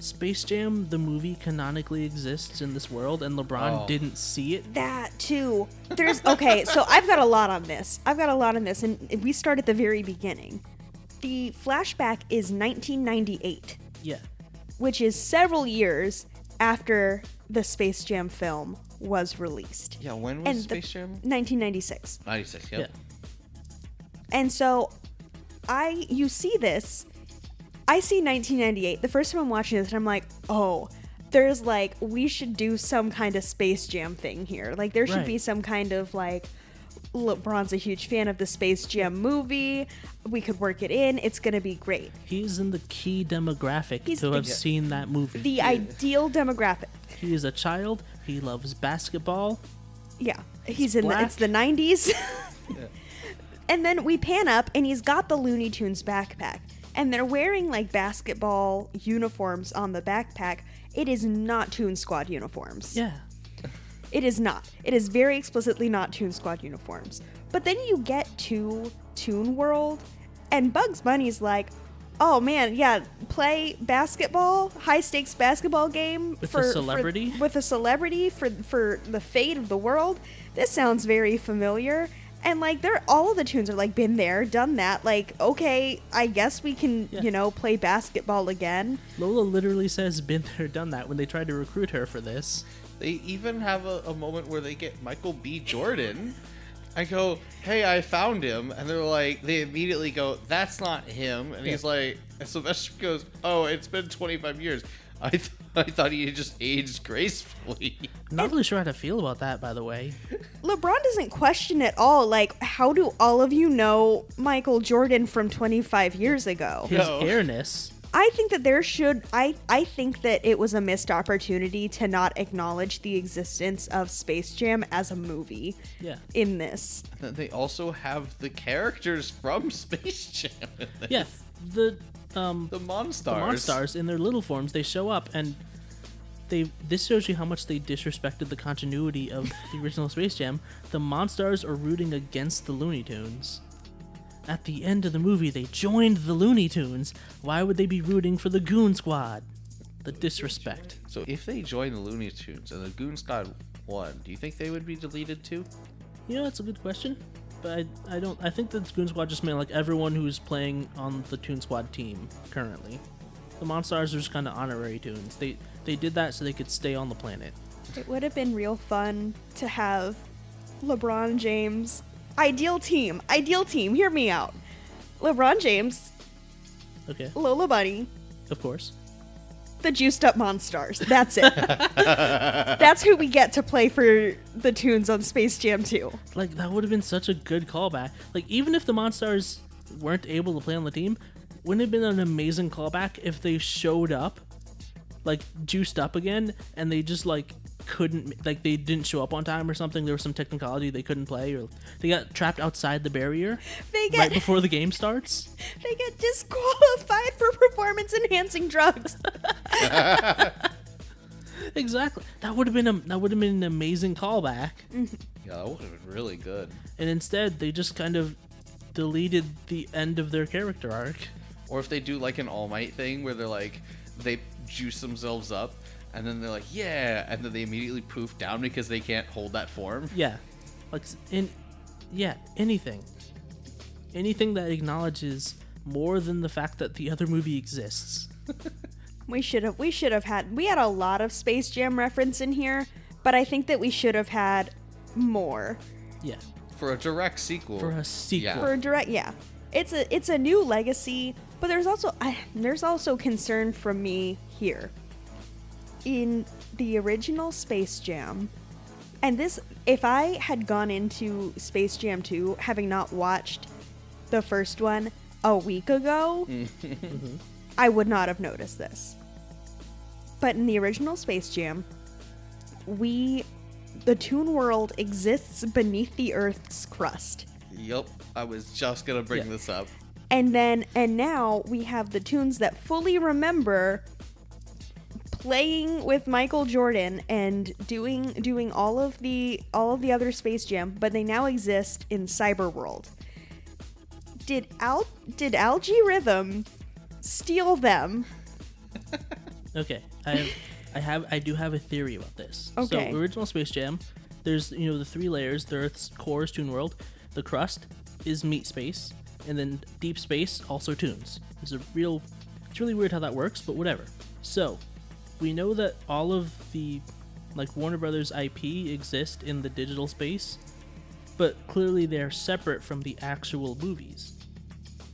S3: Space Jam, the movie, canonically exists in this world, and LeBron
S1: Oh.
S3: didn't see it.
S2: That too. There's okay, so I've got a lot on this. I've got a lot on this, and we start at the very beginning. The flashback is 1998,
S3: Yeah.
S2: which is several years after the Space Jam film was released.
S1: Yeah, when was
S2: And the-
S1: Space Jam?
S2: 1996.
S1: 96, yep.
S3: Yeah.
S2: And so I you see this I see 1998. The first time I'm watching this and I'm like, "Oh, there's like we should do some kind of Space Jam thing here. Like there should
S3: Right.
S2: be some kind of like LeBron's a huge fan of the Space Jam movie. We could work it in. It's going to be great."
S3: He's in the key demographic
S2: He's
S3: to
S2: the-
S3: have seen that movie.
S2: The ideal demographic.
S3: he is a child. He loves basketball.
S2: Yeah. He's in the, it's
S3: black.
S2: the 90s. And then we pan up and he's got the Looney Tunes backpack. And they're wearing like basketball uniforms on the backpack. It is not Toon Squad uniforms.
S3: Yeah.
S2: It is not. It is very explicitly not Toon Squad uniforms. But then you get to Toon World, and Bugs Bunny's like, oh man, yeah, play basketball, high stakes basketball game
S3: With a celebrity?
S2: with a celebrity for for the fate of the world. This sounds very familiar. And like they're all of the tunes are like been there, done that. Like okay, I guess we can
S3: Yeah.
S2: you know play basketball again.
S3: Lola literally says, been there, done that, when they tried to recruit her for this.
S1: They even have a, a moment where they get Michael B. Jordan. I go, hey, I found him. And they're like, they immediately go, that's not him. And he's
S3: Yeah.
S1: like, and Sylvester goes, oh, it's been 25 years. I, th- I thought he had just aged gracefully.
S3: Not really sure how to feel about that, by the way.
S2: LeBron doesn't question at all. Like, how do all of you know Michael Jordan from 25 years ago?
S3: His
S1: No.
S3: airness.
S2: I think that there should. I I think that it was a missed opportunity to not acknowledge the existence of Space Jam as a movie
S3: Yeah.
S2: in this.
S1: And then they also have the characters from Space Jam. in this.
S3: Yeah. The um
S1: The Monstars.
S3: the Monstars in their little forms, they show up and they this shows you how much they disrespected the continuity of the original Space Jam. The Monstars are rooting against the Looney Tunes. At the end of the movie, they joined the Looney Tunes. Why would they be rooting for the Goon Squad? The disrespect.
S1: So if they joined the Looney Tunes and the Goon Squad won, do you think they would be deleted too?
S3: You know, that's a good question. But I, I don't. I think the Goon Squad just meant like everyone who's playing on the Toon Squad team currently. The Monstars are just kind of honorary tunes. They they did that so they could stay on the planet.
S2: It would have been real fun to have LeBron James. Ideal team. Ideal team. Hear me out. LeBron James,
S3: Okay,
S2: Lola Bunny,
S3: of course.
S2: the juiced up monstars. That's it. That's who we get to play for the tunes on Space Jam 2.
S3: Like that would have been such a good callback. Like even if the Monstars weren't able to play on the team, wouldn't it have been an amazing callback if they showed up, like juiced up again, and they just like couldn't like they didn't show up on time or something. There was some technicality they couldn't play or they got trapped outside the barrier
S2: They
S3: right
S2: get
S3: before the game starts.
S2: they get disqualified for performance enhancing drugs.
S3: Exactly. That would have been a that would have been an amazing callback.
S1: Yeah, that would have been really good.
S3: And instead, they just kind of deleted the end of their character arc.
S1: Or if they do like an All Might thing where they're like, they juice themselves up and then they're like, yeah, and then they immediately poof down because they can't hold that form.
S3: Yeah. Like s- in yeah, anything. Anything that acknowledges more than the fact that the other movie exists.
S2: we should have we should have had we had a lot of Space Jam reference in here, but I think that we should have had more.
S3: Yeah.
S1: For a direct sequel.
S3: For a sequel.
S1: Yeah.
S2: for a direct yeah it's a it's a new legacy but there's also I, there's also concern from me here in the original space jam And this, if I had gone into Space Jam 2 having not watched the first one a week ago, I would not have noticed this. But in the original Space Jam, we, the Toon World exists beneath the Earth's crust.
S1: Yep, I was just gonna bring
S3: Yeah.
S1: this up.
S2: And then, and now we have the tunes that fully remember playing with Michael Jordan and doing doing all of the all of the other Space Jam, but they now exist in Cyber World. Did Al did Algae Rhythm steal them?
S3: Okay, I have, I have, I do have a theory about this.
S2: Okay.
S3: So original Space Jam, there's you know the three layers: the Earth's core is Toon World, the crust is Meat Space, and then Deep Space also Toons. It's a real, it's really weird how that works, but whatever. So, we know that all of the like Warner Brothers IP exist in the digital space, but clearly they're separate from the actual movies,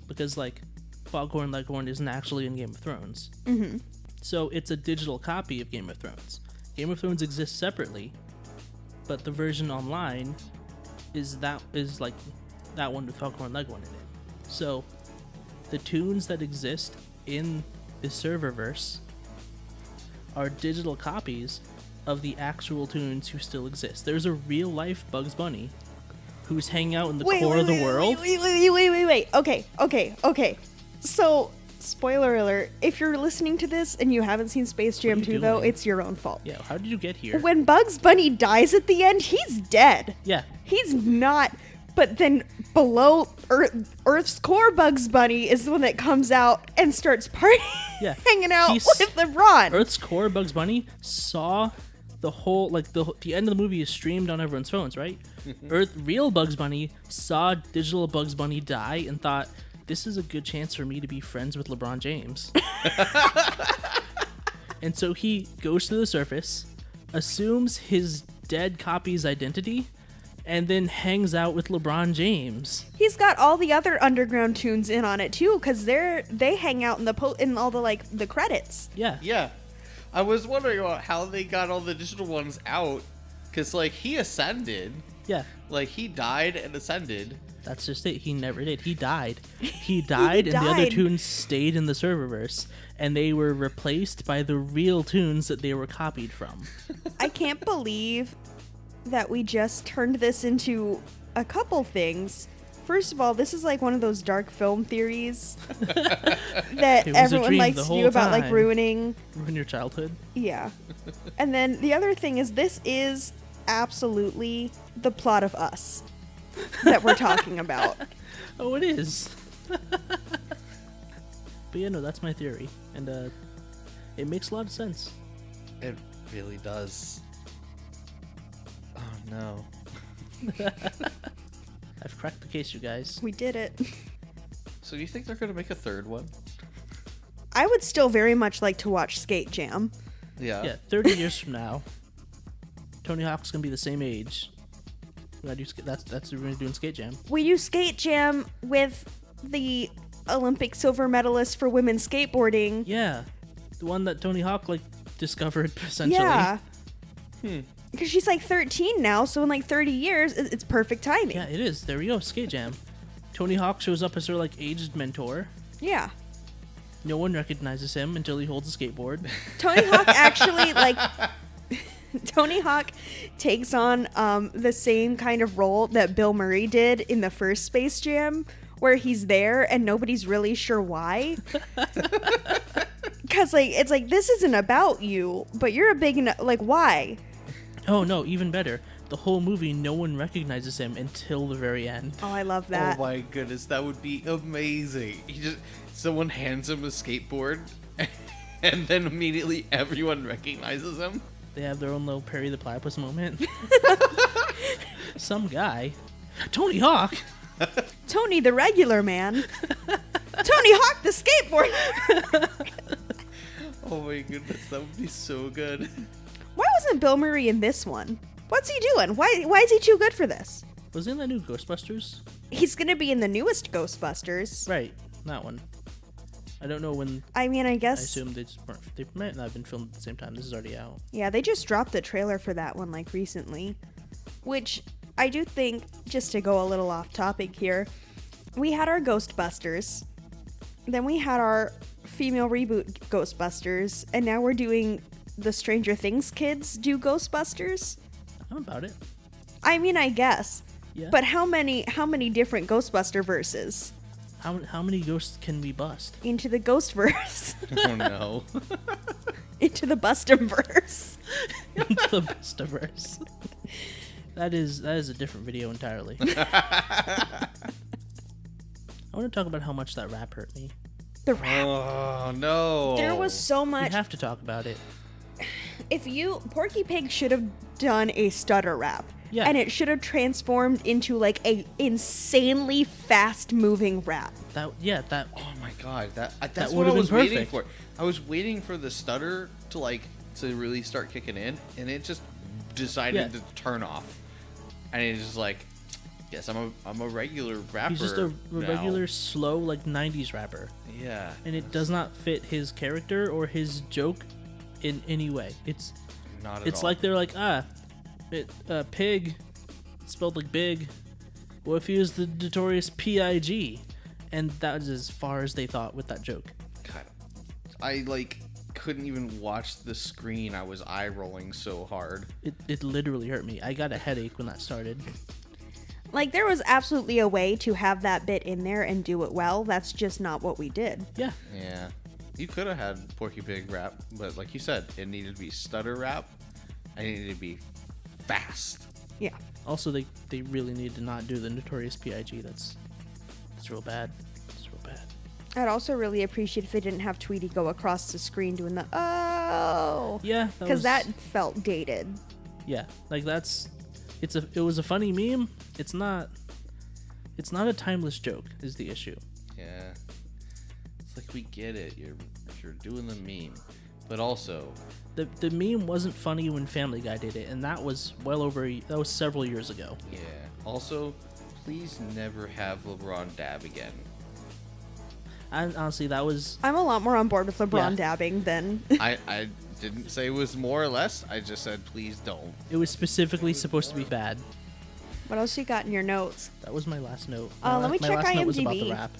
S3: because like Foghorn Leghorn isn't actually in Game of Thrones. So it's a digital copy of Game of Thrones. Game of Thrones exists separately, but the version online is that is like that one with Foghorn Leghorn in it. So the tunes that exist in the serververse are digital copies of the actual tunes who still exist. There's a real life Bugs Bunny who's hanging out in the core of the
S2: wait,
S3: world.
S2: Wait, wait, wait, wait, wait, wait. Okay, okay, okay. So, spoiler alert: if you're listening to this and you haven't seen Space Jam
S3: you
S2: 2, though,
S3: doing?
S2: it's your own fault.
S3: Yeah, how did you get here?
S2: When Bugs Bunny dies at the end, he's dead.
S3: Yeah.
S2: He's not. But then below Earth, Earth's core, Bugs Bunny is the one that comes out and starts partying,
S3: Yeah.
S2: hanging out
S3: He's-
S2: with LeBron.
S3: Earth's core Bugs Bunny saw the whole like the the end of the movie is streamed on everyone's phones, right? Earth real Bugs Bunny saw digital Bugs Bunny die and thought this is a good chance for me to be friends with LeBron James. and so he goes to the surface, assumes his dead copy's identity, and then hangs out with LeBron James.
S2: He's got all the other underground tunes in on it too, because they're they hang out in the po- in all the like the credits.
S3: Yeah.
S1: Yeah, I was wondering about how they got all the digital ones out, because like he ascended,
S3: Yeah.
S1: like he died and ascended.
S3: That's just it. He never did. He died. He died, and the
S2: died.
S3: other tunes stayed in the serververse, and they were replaced by the real tunes that they were copied from.
S2: I can't believe that we just turned this into a couple things. First of all, this is like one of those dark film theories that
S3: It was a
S2: everyone
S3: dream
S2: likes
S3: the
S2: to
S3: whole
S2: do about like
S3: time.
S2: ruining.
S3: Ruin your childhood.
S2: Yeah. and then the other thing is this is absolutely the plot of us that we're talking about.
S3: Oh, it is. but yeah, no, that's my theory, and uh, it makes a lot of sense.
S1: It really does. Oh no.
S3: I've cracked the case, you guys.
S2: We did it.
S1: So you think they're gonna make a third one?
S2: I would still very much like to watch Skate Jam.
S1: Yeah. Oh
S3: Yeah, 30 years from now, Tony Hawk's gonna be the same age. When I do sk- that's that's we're gonna do in Skate Jam.
S2: We do Skate Jam with the Olympic silver medalist for women's skateboarding.
S3: Yeah, the one that Tony Hawk like discovered essentially.
S2: Yeah. Because she's like 13 now, so in like 30 years, it- it's perfect timing.
S3: Yeah,
S2: Yeah.
S3: it is. There we go, Skate Jam. Tony Hawk shows up as her like aged mentor. No one recognizes him until he holds a skateboard.
S2: Tony Hawk actually, like, Tony Hawk takes on um, the same kind of role that Bill Murray did in the first Space Jam, where he's there and nobody's really sure why. Because, like, it's like, this isn't about you, but you're a big enough, like, why?
S3: oh no, even better. The whole movie, no one recognizes him until the very end.
S2: Oh, I love that.
S1: Oh my goodness, that would be amazing. He just someone hands him a skateboard and then immediately everyone recognizes him.
S3: They have their own little Perry the Platypus moment. Some guy, Tony Hawk.
S2: Tony the regular man. Tony Hawk the skateboard.
S1: Oh my goodness, that would be so good.
S2: Why wasn't Bill Murray in this one? What's he doing? Why why is he too good for this?
S3: Was in that new Ghostbusters?
S2: He's gonna be in the newest Ghostbusters.
S3: Right, that one. I don't know when.
S2: I mean, I
S3: I
S2: guess
S3: assume they just weren't. They might not have been filmed at the same time. This is already out.
S2: yeah, they just dropped the trailer for that one like recently. which I do think, just to go a little off topic here, we had our Ghostbusters, then we had our female reboot Ghostbusters, and now we're doing the Stranger Things kids do Ghostbusters.
S3: I'm about it.
S2: I mean, I guess.
S3: Yeah.
S2: But how many how many different Ghostbuster verses
S3: How how many ghosts can we bust?
S2: into the ghost verse,
S1: oh no.
S2: into the Bustum verse?
S3: Into the Bustaverse. that is that is a different video entirely. I want to talk about how much that rap hurt me.
S2: The rap.
S1: Oh no.
S2: There was so
S3: We
S2: much.
S3: have to talk about it.
S2: if you Porky Pig should have done a stutter rap.
S3: Yeah.
S2: And it should have transformed into like a insanely fast moving rap.
S3: That yeah that
S1: Oh my god, that I-
S3: That
S1: that's what I
S3: would've been
S1: was waiting
S3: perfect.
S1: for. I was waiting for the stutter to like to really start kicking in, and it just decided
S3: Yeah.
S1: to turn off. And it's just like, yes, I'm a I'm a regular rapper.
S3: he's just a
S1: now."
S3: regular slow like '90s rapper,
S1: Yeah.
S3: and it does not fit his character or his joke in any way. It's
S1: Not at
S3: it's
S1: all.
S3: like they're like ah, it, uh, pig, spelled like big. What if he was the notorious P.I.G. And that was as far as they thought with that joke.
S1: God, I like couldn't even watch the screen. I was eye rolling so hard.
S3: It, it literally hurt me. I got a headache when that started.
S2: Like there was absolutely a way to have that bit in there and do it well. That's just not what we did.
S3: Yeah,
S1: Yeah. You could have had Porky Pig rap, but like you said, it needed to be stutter rap. I needed to be fast.
S2: Yeah.
S3: Also, they they really need to not do the notorious Pig. That's that's real bad. It's real bad.
S2: I'd also really appreciate if they didn't have Tweety go across the screen doing the oh.
S3: Yeah,
S2: Because
S3: was-
S2: that, felt dated.
S3: yeah, like that's it's a it was a funny meme. It's not it's not a timeless joke is the issue.
S1: Yeah. It's like we get it. You're you're doing the meme. But also,
S3: The the meme wasn't funny when Family Guy did it, and that was well over a- that was several years ago.
S1: yeah. Also, please never have LeBron dab again.
S3: And honestly, that was
S2: I'm a lot more on board with LeBron
S3: Yeah.
S2: dabbing than
S1: I, I didn't say it was more or less. I just said please don't.
S3: it was specifically supposed to be bad.
S2: what else you got in your notes?
S3: That was my last note.
S2: Uh,
S3: My
S2: let
S3: la-
S2: me
S3: my
S2: check
S3: last note was about the
S2: IMDb.
S3: rap.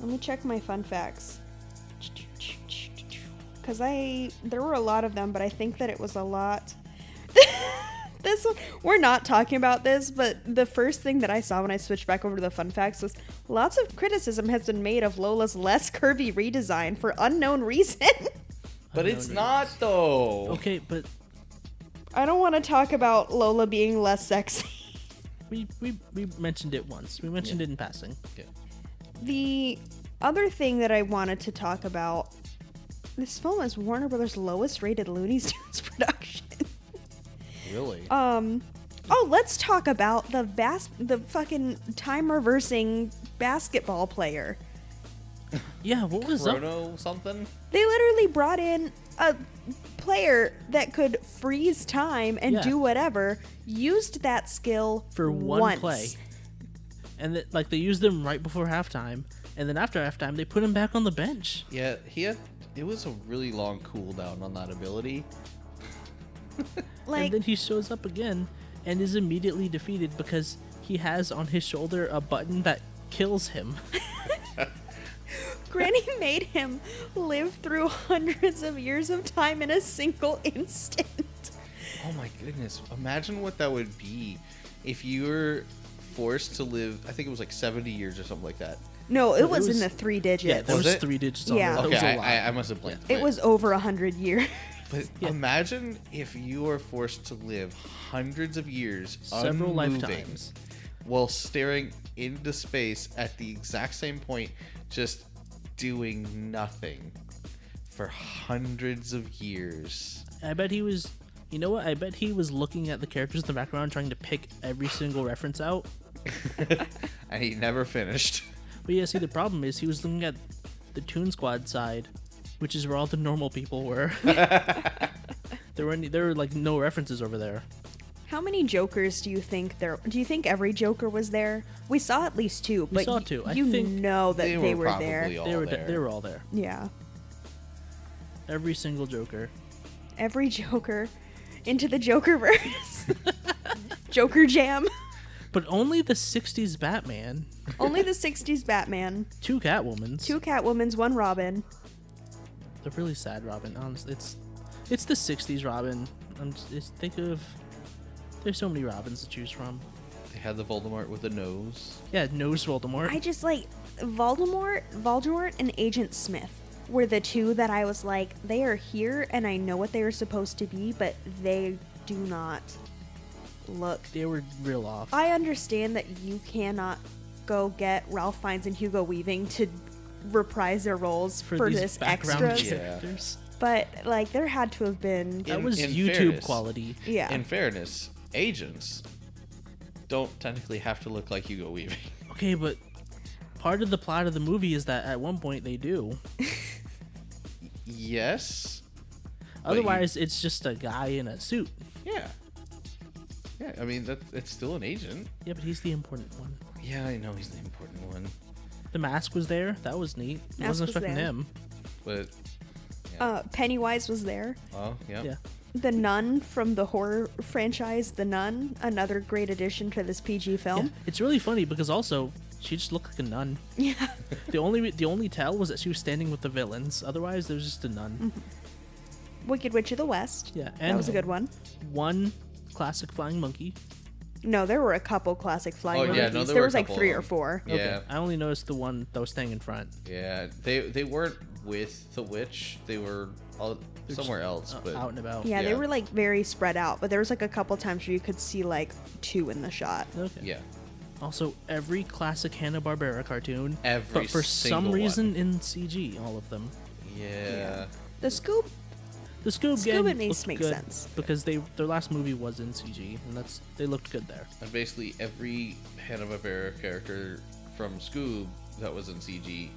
S2: Let me check my fun facts. Cause I there were a lot of them, but I think that it was a lot. this one, we're not talking about this, but the first thing that I saw when I switched back over to the fun facts was lots of criticism has been made of Lola's less curvy redesign for unknown reason.
S1: But
S3: Unknown
S1: it's
S3: reasons.
S1: not though.
S3: Okay, but
S2: I don't want to talk about Lola being less sexy.
S3: we we we mentioned it once. We mentioned it in passing.
S2: The other thing that I wanted to talk about this film is Warner Brothers' lowest rated Looney Tunes production.
S1: Really?
S2: Um. Oh, let's talk about the bas- the fucking time reversing basketball player.
S3: Yeah, what was up?
S1: Chrono something?
S2: They literally brought in a player that could freeze time and
S3: Yeah.
S2: do whatever. Used that skill
S3: for one
S2: once.
S3: play. And that like they used them right before halftime, and then after halftime they put him back on the bench.
S1: Yeah, he had. It was a really long cooldown on that ability.
S2: Like
S3: and then he shows up again and is immediately defeated because he has on his shoulder a button that kills him.
S2: Granny made him live through hundreds of years of time in a single instant.
S1: Oh my goodness! Imagine what that would be if you were forced to live. I think it was like seventy years or something like that.
S2: No, it
S3: it
S2: was, in
S3: was-
S2: the three
S3: Yeah,
S2: digits.
S3: there
S1: Was
S3: was,
S1: it?
S3: three digits on
S2: Yeah.
S3: yeah. there. That
S1: okay,
S3: was a
S1: I,
S3: lot.
S1: I, I must have blinked.
S2: it was over a hundred years.
S1: But imagine if you were forced to live hundreds of years,
S3: several
S1: unmoving,
S3: lifetimes.
S1: while staring into space at the exact same point, just doing nothing for hundreds of years.
S3: I bet he was you know what? I bet he was looking at the characters in the background trying to pick every single reference out.
S1: and he never finished.
S3: But yeah, see, the problem is he was looking at the Toon Squad side, which is where all the normal people were. there were any, there were like no references over there.
S2: How many Jokers do you think there? Do you think every Joker was there? We saw at least two, but
S3: saw
S2: y-
S3: two. I
S2: you
S3: think
S2: know that
S1: they
S2: they,
S1: were
S2: were, there.
S1: probably all-
S3: they were
S1: there.
S3: they were all there.
S2: Yeah,
S3: Every single Joker.
S2: every Joker. into the Jokerverse. Joker Jam.
S3: But only the 60s Batman,
S2: Only the 60s Batman.
S3: two Catwomans.
S2: Two Catwomans, one Robin.
S3: The really sad Robin. Honestly, it's it's the 60s Robin. I'm just, it's, think of there's so many Robins to choose from.
S1: They had the Voldemort with a nose.
S3: Yeah, nose Voldemort.
S2: I just like Voldemort, Voldemort and Agent Smith were the two that I was like, they are here and I know what they are supposed to be, but they do not look.
S3: they were real off.
S2: I understand that you cannot go get Ralph Fiennes and Hugo Weaving to reprise their roles for, this extras,
S1: shit.
S2: but like there had to have been
S3: That
S1: In-
S3: was
S1: in
S3: YouTube
S1: fairness-
S3: quality.
S2: yeah.
S1: In fairness, agents don't technically have to look like Hugo Weaving.
S3: Okay, but part of the plot of the movie is that at one point they do.
S1: yes. but you-
S3: Otherwise, it's just a guy in a suit.
S1: Yeah. Yeah, I mean that it's still an agent.
S3: Yeah, but he's the important one.
S1: Yeah, I know he's the important one,
S3: The mask was there. That was neat. I
S2: Mask
S3: wasn't
S2: was
S3: expecting
S2: there.
S3: him.
S1: but
S2: uh, Pennywise was there.
S1: oh yeah.
S3: Yeah.
S2: The Nun from the horror franchise, The Nun, another great addition to this PG
S3: yeah.
S2: film.
S3: It's really funny because also she just looked like a nun.
S2: yeah.
S3: The only the only tell was that she was standing with the villains. Otherwise, there was just a nun.
S2: Mm-hmm. Wicked Witch of the West.
S3: Yeah,
S2: that
S3: and-
S2: was a good one.
S3: One classic flying monkey.
S2: No, there were a couple classic flying
S1: Oh, yeah,
S2: monkeys.
S1: no,
S2: there
S1: there were
S2: was
S1: a
S2: like
S1: couple
S2: three
S1: of
S2: or
S1: them.
S2: four.
S1: Yeah.
S3: I only noticed the one that was staying in front.
S1: Yeah, they they weren't with the witch. They were all,
S3: They're just
S1: somewhere else,
S3: o-
S1: but
S3: uh, out and about.
S2: Yeah, they
S1: Yeah.
S2: were like very spread out, but there was like a couple times where you could see like two in the shot.
S3: Okay.
S1: yeah.
S3: Also, every classic Hanna Barbera cartoon,
S1: Every
S3: but for
S1: single
S3: some
S1: one.
S3: reason in CG, all of them.
S1: Yeah.
S2: The Scoop,
S3: The Scoob
S2: Scoob
S3: Gang
S2: it makes-
S3: looked
S2: makes
S3: good
S2: sense.
S3: because they their last movie was in CG, and that's they looked good there.
S1: And basically every Hanna-Barbera character from Scoob that was in CG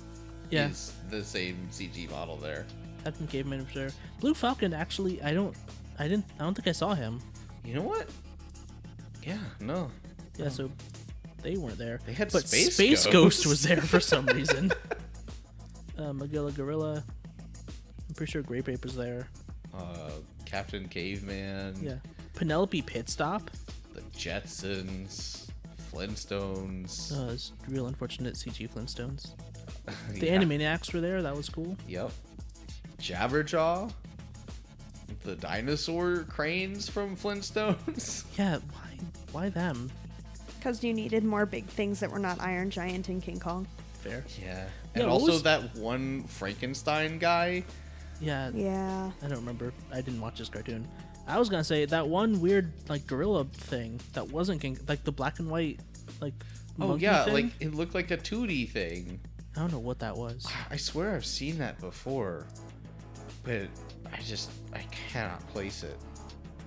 S3: Yeah.
S1: is the same CG model there.
S3: Captain Caveman Observer. Blue Falcon actually, I don't, I didn't, I don't think I saw him.
S1: You know what? Yeah, no.
S3: Yeah, so they weren't there.
S1: Oh. They had
S3: but
S1: Space Ghost.
S3: Ghost was there for some reason. uh, Magilla Gorilla. I'm pretty sure Grape Ape was there.
S1: Uh, Captain Caveman,
S3: Yeah. Penelope Pitstop.
S1: the Jetsons, Flintstones.
S3: Uh, it's real unfortunate CG Flintstones. The
S1: Yeah.
S3: Animaniacs were there. That was cool.
S1: Yep. Jabberjaw. The dinosaur cranes from Flintstones.
S3: Yeah. Why? Why them?
S2: because you needed more big things that were not Iron Giant and King Kong.
S3: Fair.
S1: Yeah.
S3: Yeah,
S1: And
S3: what
S1: also
S3: was-
S1: that one Frankenstein guy.
S3: Yeah.
S2: Yeah.
S3: I don't remember. I didn't watch this cartoon. I was gonna say that one weird like gorilla thing that wasn't King, like the black and white like.
S1: Oh
S3: monkey
S1: yeah,
S3: thing?
S1: like it looked like a 2D thing.
S3: I don't know what that was.
S1: I swear I've seen that before. But I just I cannot place it.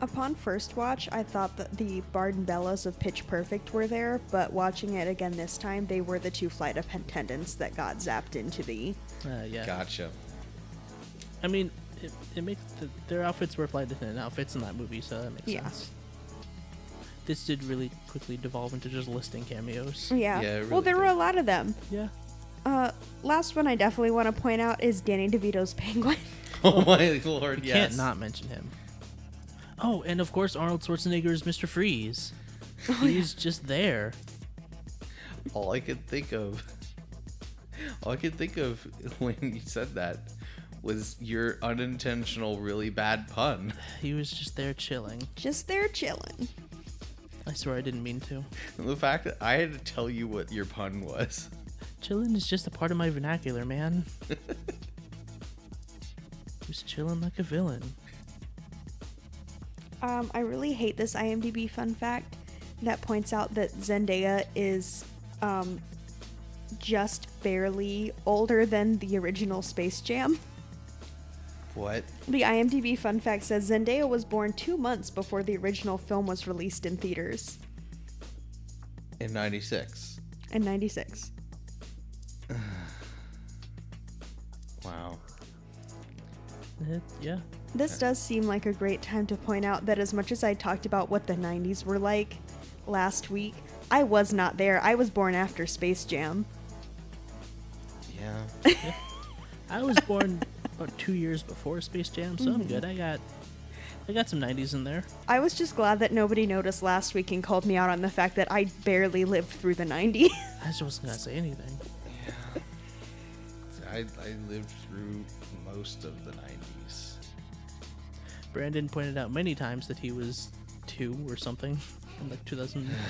S2: Upon first watch, I thought that the Bard and Bellows of Pitch Perfect were there, but watching it again this time, they were the two flight of attendants that got zapped into the.
S1: Ah,
S3: Uh, yeah.
S1: Gotcha.
S3: I mean, it, it makes the, their outfits were flight attendant outfits in that movie, so that makes
S2: Yeah.
S3: sense. This did really quickly devolve into just listing cameos.
S2: Yeah.
S1: Yeah, it
S2: well,
S1: really
S2: there were
S1: did.
S2: a lot of them.
S3: Yeah.
S2: Uh, last one I definitely want to point out is Danny DeVito's Penguin.
S1: Oh my lord,
S3: You
S1: yes.
S3: can't not mention him. Oh, and of course Arnold Schwarzenegger's Mr. Freeze. He's just there.
S1: All I could think of All I could think of when you said that was your unintentional really bad pun.
S3: He was just there chilling.
S2: Just there chilling.
S3: I swear I didn't mean to.
S1: The fact that I had to tell you what your pun was.
S3: Chilling is just a part of my vernacular, man. Just chilling like a villain.
S2: Um, I really hate this IMDb fun fact that points out that Zendaya is um, just barely older than the original Space Jam.
S1: What?
S2: The IMDb fun fact says Zendaya was born two months before the original film was released in theaters
S1: In 96.
S2: in '96.
S1: Wow.
S3: Eh, yeah.
S2: This does seem like a great time to point out that as much as I talked about what the 90s were like last week, I was not there. I was born after Space Jam.
S1: Yeah.
S3: Mm-hmm. I was born about two years before Space Jam, so I'm good. I got They got some 90s in there.
S2: I was just glad that nobody noticed last week and called me out on the fact that I barely lived through the 90s.
S3: I just wasn't gonna say anything.
S1: I, I lived through most of the 90s.
S3: Brandon pointed out many times that he was two or something in like 2000.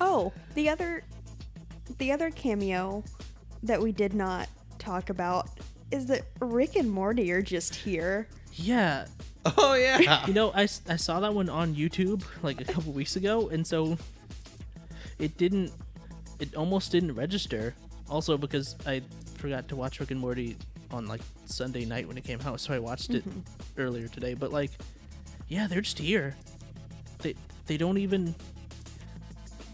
S2: Oh, the other the other cameo that we did not talk about is that Rick and Morty are just here.
S3: yeah,
S1: Oh, yeah.
S3: you know, I, s- I saw that one on YouTube like a couple weeks ago, and so it didn't, it almost didn't register. Also, because I forgot to watch Rick and Morty on like Sunday night when it came out, so I watched it earlier today. But like, yeah, they're just here. They they don't even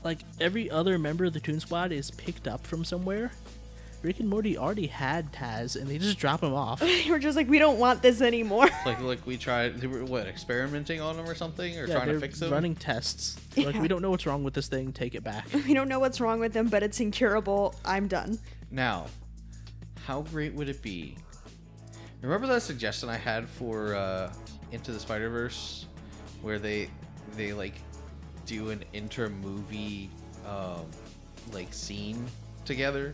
S3: like every other member of the Toon Squad is picked up from somewhere. Rick and Morty already had Taz, and they just drop him off.
S2: They were just like, we don't want this anymore.
S1: like, like we tried, they were, what, experimenting on him or something? Or
S3: Yeah,
S1: trying to
S3: they're
S1: fix him?
S3: running tests. They're Like
S2: Yeah.
S3: we don't know what's wrong with this thing. Take it back.
S2: we don't know what's wrong with them, but it's incurable. I'm done.
S1: Now, how great would it be? Remember that suggestion I had for uh, Into the Spider Verse, where they they like do an inter movie um, like scene together,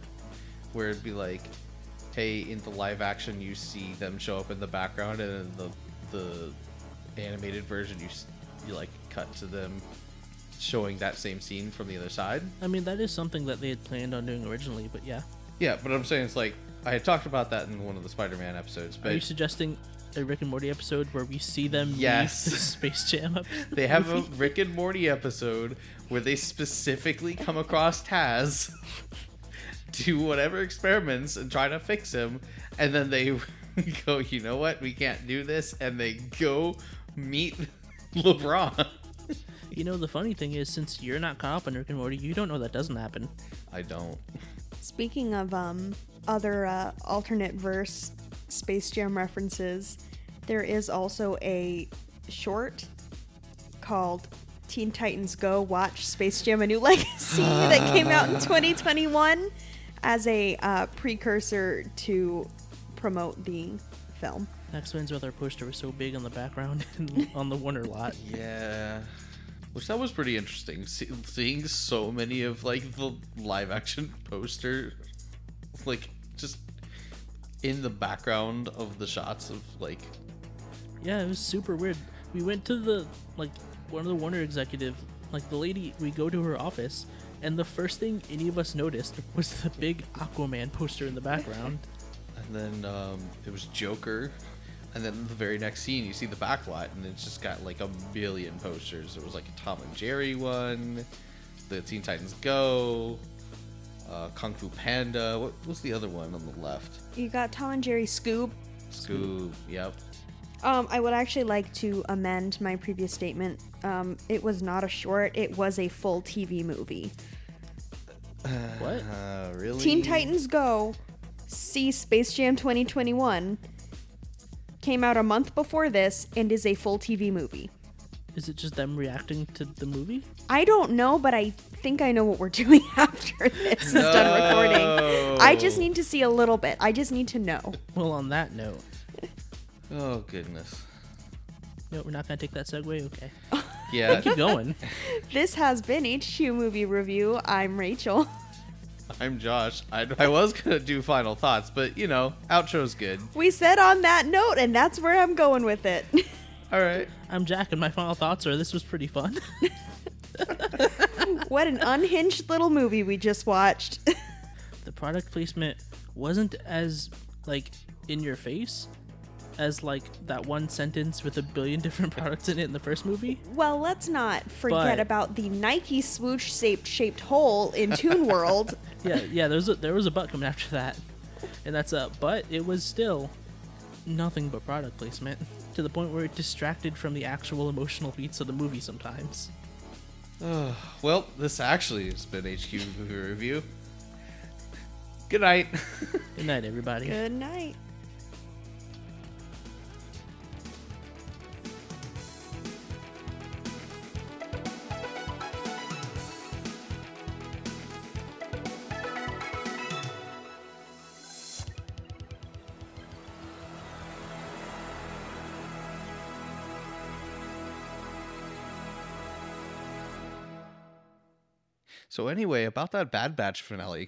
S1: where it'd be like, hey, in the live action you see them show up in the background, and in the the animated version you s- you like cut to them showing that same scene from the other side.
S3: I mean, that is something that they had planned on doing originally, but yeah.
S1: Yeah, but I'm saying it's like I had talked about that in one of the Spider-Man episodes,
S3: Are you
S1: but
S3: suggesting a Rick and Morty episode where we see them leave
S1: Yes.
S3: the Space Jam up?
S1: they have a Rick and Morty episode where they specifically come across Taz, do whatever experiments and try to fix him, and then they go, you know what, we can't do this, and they go meet LeBron.
S3: You know, the funny thing is, since you're not caught up on Rick and Morty, you don't know that doesn't happen.
S1: I don't.
S2: Speaking of um, other uh, alternate verse Space Jam references, there is also a short called Teen Titans Go Watch Space Jam A New Legacy that came out in 2021 as a uh, precursor to promote the film.
S3: That explains why their poster was so big on the background and on the Wonder lot.
S1: Yeah. Which that was pretty interesting. See, seeing so many of like the live action poster, like just in the background of the shots of like
S3: Yeah, it was super weird. We went to the like one of the Warner executive, like the lady. We go to her office, and the first thing any of us noticed was the big Aquaman poster in the background.
S1: and then um, it was Joker, and then the very next scene you see the backlot and it's just got like a million posters. There was like a Tom and Jerry one, the Teen Titans Go, uh, Kung Fu Panda. What was the other one on the left?
S2: You got Tom and Jerry Scoob.
S1: Scoob. Yep.
S2: Um, I would actually like to amend my previous statement. Um, it was not a short, it was a full TV movie.
S3: what?
S1: Uh, really?
S2: Teen Titans Go, see Space Jam 2021, came out a month before this and is a full TV movie.
S3: Is it just them reacting to the movie?
S2: I don't know, but I think I know what we're doing after this is done recording. I just
S1: No.
S2: need to see a little bit. I just need to know.
S3: Well, on that note,
S1: Oh goodness.
S3: no, we're not gonna take that segue. Okay,
S1: Yeah,
S3: keep going.
S2: This has been HQ Movie Review. I'm Rachel.
S1: I'm Josh. I, I was gonna do final thoughts, but you know, outro's good.
S2: We said on that note, and that's where I'm going with it.
S1: All right.
S3: I'm Jack, and my final thoughts are: this was pretty fun.
S2: what an unhinged little movie we just watched.
S3: the product placement wasn't as like in your face as like that one sentence with a billion different products in it in the first movie.
S2: Well, let's not forget
S3: But-
S2: about the Nike swoosh shaped shaped hole in Toon World.
S3: yeah, yeah. There was a, there was a butt coming after that, and that's up. But it was still nothing but product placement to the point where it distracted from the actual emotional beats of the movie sometimes.
S1: Well, this actually has been HQ Movie Review. Good night.
S3: Good night, everybody.
S2: Good night.
S1: So anyway, about that Bad Batch finale,